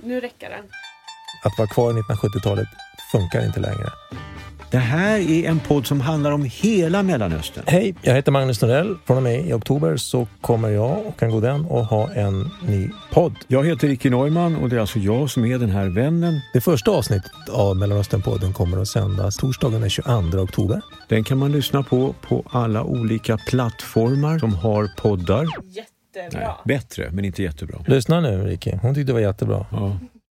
nu räcker det. Att vara kvar i 1970-talet funkar inte längre. Det här är en podd som handlar om hela Mellanöstern. Hej, jag heter Magnus Norell. Från och med i oktober så kommer jag och en god vän att ha en ny podd. Jag heter Ricky Neumann och det är alltså jag som är den här vännen. Det första avsnittet av Mellanösternpodden kommer att sändas torsdagen den 22 oktober. Den kan man lyssna på på alla olika plattformar som har poddar. Jättebra. Bättre, men inte jättebra. Lyssna nu, Ricky. Hon tyckte det var jättebra. Ja.